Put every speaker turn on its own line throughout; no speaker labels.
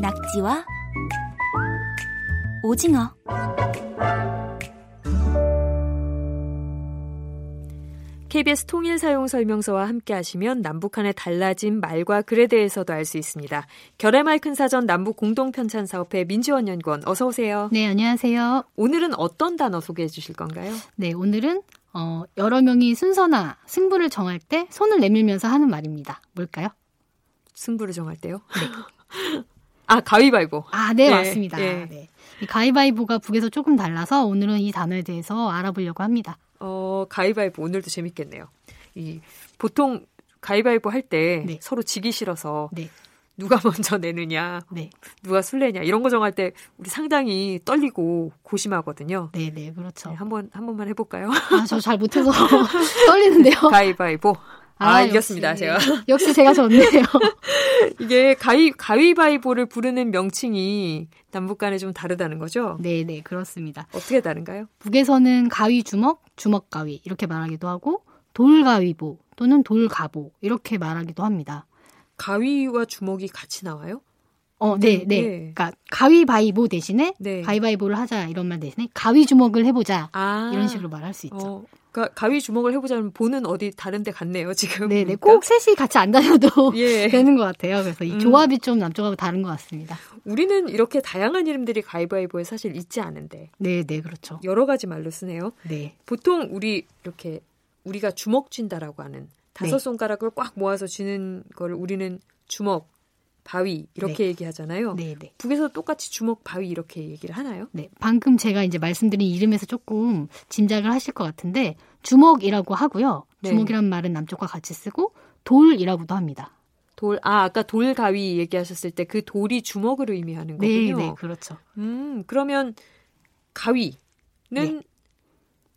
낙지와 오징어.
KBS 통일 사용 설명서와 함께 하시면 남북한의 달라진 말과 글에 대해서도 알 수 있습니다. 결의 맑은 사전 남북 공동 편찬 사업회 민지원 연구원 어서 오세요.
네, 안녕하세요.
오늘은 어떤 단어 소개해 주실 건가요?
네, 오늘은 어, 여러 명이 순서나 승부를 정할 때 손을 내밀면서 하는 말입니다. 뭘까요?
승부를 정할 때요? 아, 가위바위보.
아, 네,
네,
맞습니다.
네.
네. 이 가위바위보가 북에서 조금 달라서 오늘은 이 단어에 대해서 알아보려고 합니다.
어, 가위바위보 오늘도 재밌겠네요. 이 보통 가위바위보 할 때
네.
서로 지기 싫어서
네,
누가 먼저 내느냐,
네,
누가 술래냐 이런 거 정할 때 우리 상당히 떨리고 고심하거든요.
네, 네,
네,
그렇죠.
한번 한 번만 해볼까요?
아, 저 잘 못해서 떨리는데요.
가위바위보. 아,
역시,
이겼습니다, 제가.
네. 역시 제가 졌네요.
이게 가위 가위바위보를 부르는 명칭이 남북 간에 좀 다르다는 거죠?
네, 네, 그렇습니다.
어떻게 다른가요?
북에서는 가위 주먹, 주먹 가위 이렇게 말하기도 하고 돌가위보 또는 돌가보 이렇게 말하기도 합니다.
가위와 주먹이 같이 나와요?
어, 네, 네.
네.
그러니까 가위바위보 대신에
네.
가위바위보를 하자 이런 말 대신에 가위 주먹을 해보자
아.
이런 식으로 말할 수 있죠.
어, 가, 가위 주먹을 해보자면 보는 어디 다른 데 갔네요, 지금.
네, 네.
보니까.
꼭 셋이 같이 안 다녀도
예.
되는 것 같아요. 그래서 이
음.
조합이 좀 남쪽하고 다른 것 같습니다.
우리는 이렇게 다양한 이름들이 가위바위보에 사실 있지 않은데
네, 네, 그렇죠.
여러 가지 말로 쓰네요.
네,
보통 우리 이렇게 우리가 주먹 쥔다라고 하는 다섯
네.
손가락을 꽉 모아서 쥐는 걸 우리는 주먹, 바위 이렇게 얘기하잖아요.
네, 네.
북에서 똑같이 주먹, 바위 이렇게 얘기를 하나요?
네, 방금 제가 이제 말씀드린 이름에서 조금 짐작을 하실 것 같은데 주먹이라고 하고요.
네.
주먹이란 말은 남쪽과 같이 쓰고 돌이라고도 합니다.
돌, 아 아까 돌 가위 얘기하셨을 때 그 돌이 주먹으로 의미하는
네,
거군요.
네, 그렇죠.
음, 그러면 가위는
네.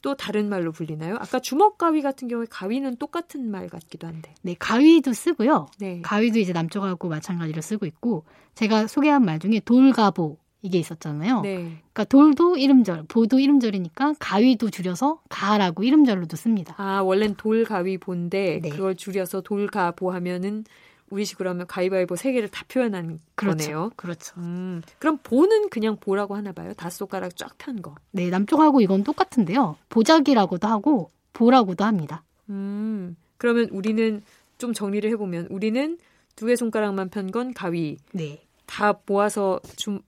또 다른 말로 불리나요? 아까 주먹 가위 같은 경우에 가위는 똑같은 말 같기도 한데.
네, 가위도 쓰고요.
네.
가위도 이제 남쪽하고 마찬가지로 쓰고 있고 제가 소개한 말 중에 돌가보 이게 있었잖아요.
네.
그러니까 돌도 이름절, 보도 이름절이니까 가위도 줄여서 가라고 이름절로도 씁니다.
아, 원래는 돌가위 본데
네.
그걸 줄여서 돌가보 하면은 우리식으로 하면 가위바위보 세 개를 다 표현한 거네요.
그렇죠.
음. 그럼 보는 그냥 보라고 하나 봐요. 다섯 손가락 쫙 편 거.
네, 남쪽하고 이건 똑같은데요. 보자기라고도 하고 보라고도 합니다.
음. 그러면 우리는 좀 정리를 해 보면 우리는 두 개 손가락만 편 건 가위,
네.
다 모아서 주,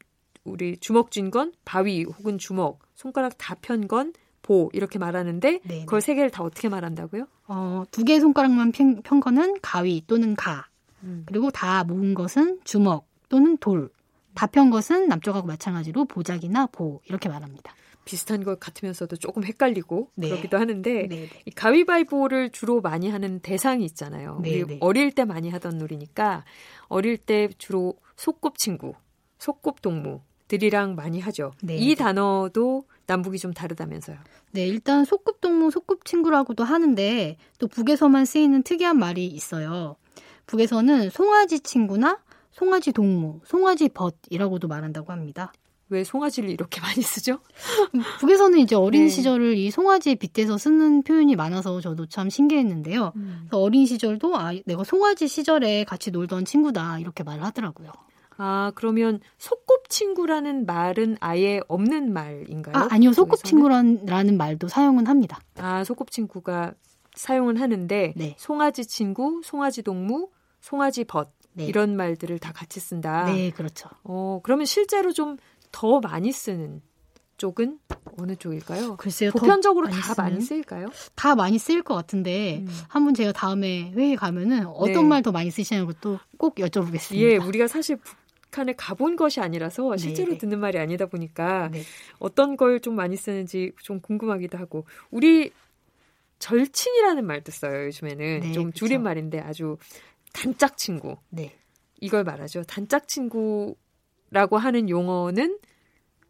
우리 주먹 쥔 건 바위 혹은 주먹, 손가락 다 편 건 보 이렇게 말하는데
네.
그걸 세 개를 다 어떻게 말한다고요?
어, 두 개의 손가락만 편, 편 거는 가위 또는 가.
음.
그리고 다 모은 것은 주먹 또는 돌. 다 편 것은 남쪽하고 마찬가지로 보자기나 보 이렇게 말합니다.
비슷한 것 같으면서도 조금 헷갈리고
네.
그렇기도 하는데
네. 네.
이 가위바위보를 주로 많이 하는 대상이 있잖아요.
네,
우리
네.
어릴 때 많이 하던 놀이니까 어릴 때 주로 소꿉친구, 소꿉동무들이랑 많이 하죠.
네,
이
네.
단어도 남북이 좀 다르다면서요.
네, 일단 소꿉동무, 소꿉친구라고도 하는데 또 북에서만 쓰이는 특이한 말이 있어요. 북에서는 송아지 친구나 송아지 동무, 송아지 벗이라고도 말한다고 합니다.
왜 송아지를 이렇게 많이 쓰죠?
북에서는 이제 어린
네.
시절을 이 송아지에 빗대서 쓰는 표현이 많아서 저도 참 신기했는데요. 그래서 어린 시절도 아, 내가 송아지 시절에 같이 놀던 친구다 이렇게 말을 하더라고요.
아, 그러면 소꿉친구라는 말은 아예 없는 말인가요?
아, 아니요.
네, 북쪽에서는?
소꿉친구라는 말도 사용은 합니다.
아, 소꿉친구가 사용은 하는데
네.
송아지 친구, 송아지 동무, 송아지 벗
네.
이런 말들을 다 같이 쓴다.
네, 그렇죠.
어, 그러면 실제로 좀 더 많이 쓰는 쪽은 어느 쪽일까요?
글쎄요. 네, 더
보편적으로
많이
다
쓰는? 네,
많이 쓰일까요?
그 다 많이 쓰일 것 같은데
음.
한번 제가 다음에 회의 가면은 어떤
네.
말 더 많이 쓰시냐고 또 꼭 여쭤보겠습니다.
예, 우리가 사실 북한에 가본 것이 아니라서 실제로
네.
듣는 말이 아니다 보니까
네.
어떤 걸 좀 많이 쓰는지 좀 궁금하기도 하고 우리 절친이라는 말도 써요 요즘에는
네,
좀
그쵸.
줄임말인데 아주 단짝 친구
네.
이걸 말하죠 단짝 친구라고 하는 용어는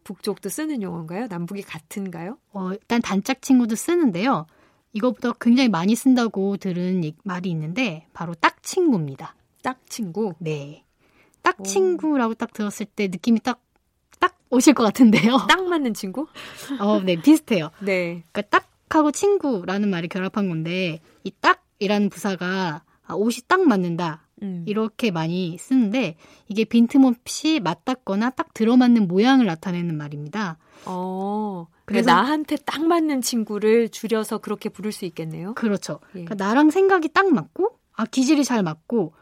북쪽도 쓰는 용어인가요 남북이 같은가요
어, 일단 단짝 친구도 쓰는데요. 이거보다 굉장히 많이 쓴다고 들은 얘- 말이 있는데 바로 딱 친구입니다.
딱 친구
네. 딱
오.
친구라고 딱 들었을 때 느낌이 딱 딱 오실 것 같은데요.
딱 맞는 친구
어, 네, 비슷해요.
네
그러니까 딱하고 친구라는 말이 결합한 건데 이 딱이라는 부사가 아, 옷이 딱 맞는다
음.
이렇게 많이 쓰는데 이게 빈틈없이 맞닿거나 딱 들어맞는 모양을 나타내는 말입니다.
어. 그래
그래서-
나한테 딱 맞는 친구를 줄여서 그렇게 부를 수 있겠네요.
그렇죠.
예.
그러니까 나랑 생각이 딱 맞고 아 기질이 잘 맞고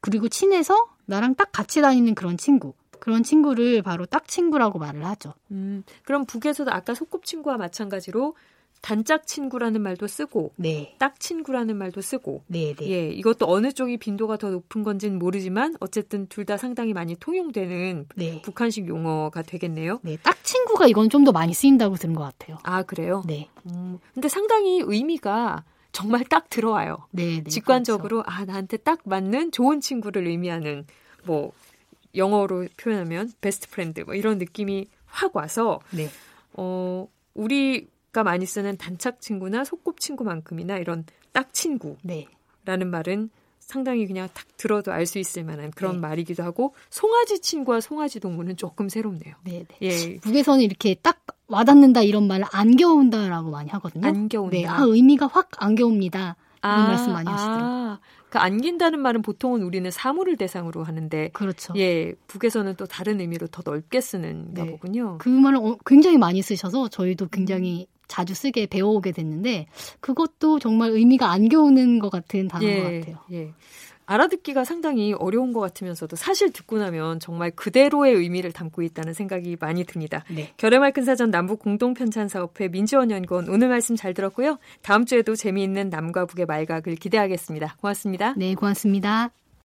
그리고 친해서 나랑 딱 같이 다니는 그런 친구 그런 친구를 바로 딱 친구라고 말을 하죠.
음. 그럼 북에서도 아까 소꿉친구와 마찬가지로 단짝 친구라는 말도 쓰고
네,
딱 친구라는 말도 쓰고
네, 네.
예, 이것도 어느 쪽이 빈도가 더 높은 건지는 모르지만 어쨌든 둘 다 상당히 많이 통용되는
네.
북한식 용어가 되겠네요.
네, 딱 친구가 이건 좀 더 많이 쓰인다고 들은 것 같아요.
아, 그래요?
네,
음, 근데 상당히 의미가 정말 딱 들어와요.
네, 네.
직관적으로 아, 나한테 딱 맞는 좋은 친구를 의미하는 뭐 영어로 표현하면 베스트 프렌드 뭐 이런 느낌이 확 와서
그렇죠. 네,
어, 우리가 많이 쓰는 단짝 친구나 소꿉 친구만큼이나 이런 딱 친구
네,
라는 말은 상당히 그냥 탁 들어도 알 수 있을 만한 그런
네.
말이기도 하고 송아지 친구와 송아지 동무는 조금 새롭네요.
네, 네.
예.
북에서는 이렇게 딱 와닿는다 이런 말을 안겨온다라고 많이 하거든요.
안겨온다.
네, 아 의미가 확 안겨옵니다. 이런 말씀 많이
아, 그 안긴다는 말은 보통은 우리는 사물을 대상으로 하는데
그렇죠.
예, 북에서는 또 다른 의미로 더 넓게 쓰는가
네.
보군요.
그 말을 어- 굉장히 많이 쓰셔서 저희도 굉장히 자주 쓰게 배워오게 됐는데 그것도 정말 의미가 안겨오는 것 같은 단어인
예.
것 같아요.
예. 알아듣기가 상당히 어려운 것 같으면서도 사실 듣고 나면 정말 그대로의 의미를 담고 있다는 생각이 많이 듭니다.
네.
결의 맑은 사전 남북 공동 편찬 사업회 민지원 연구원 오늘 말씀 잘 들었고요. 다음 주에도 재미있는 남과 북의 말각을 기대하겠습니다. 고맙습니다.
네, 고맙습니다.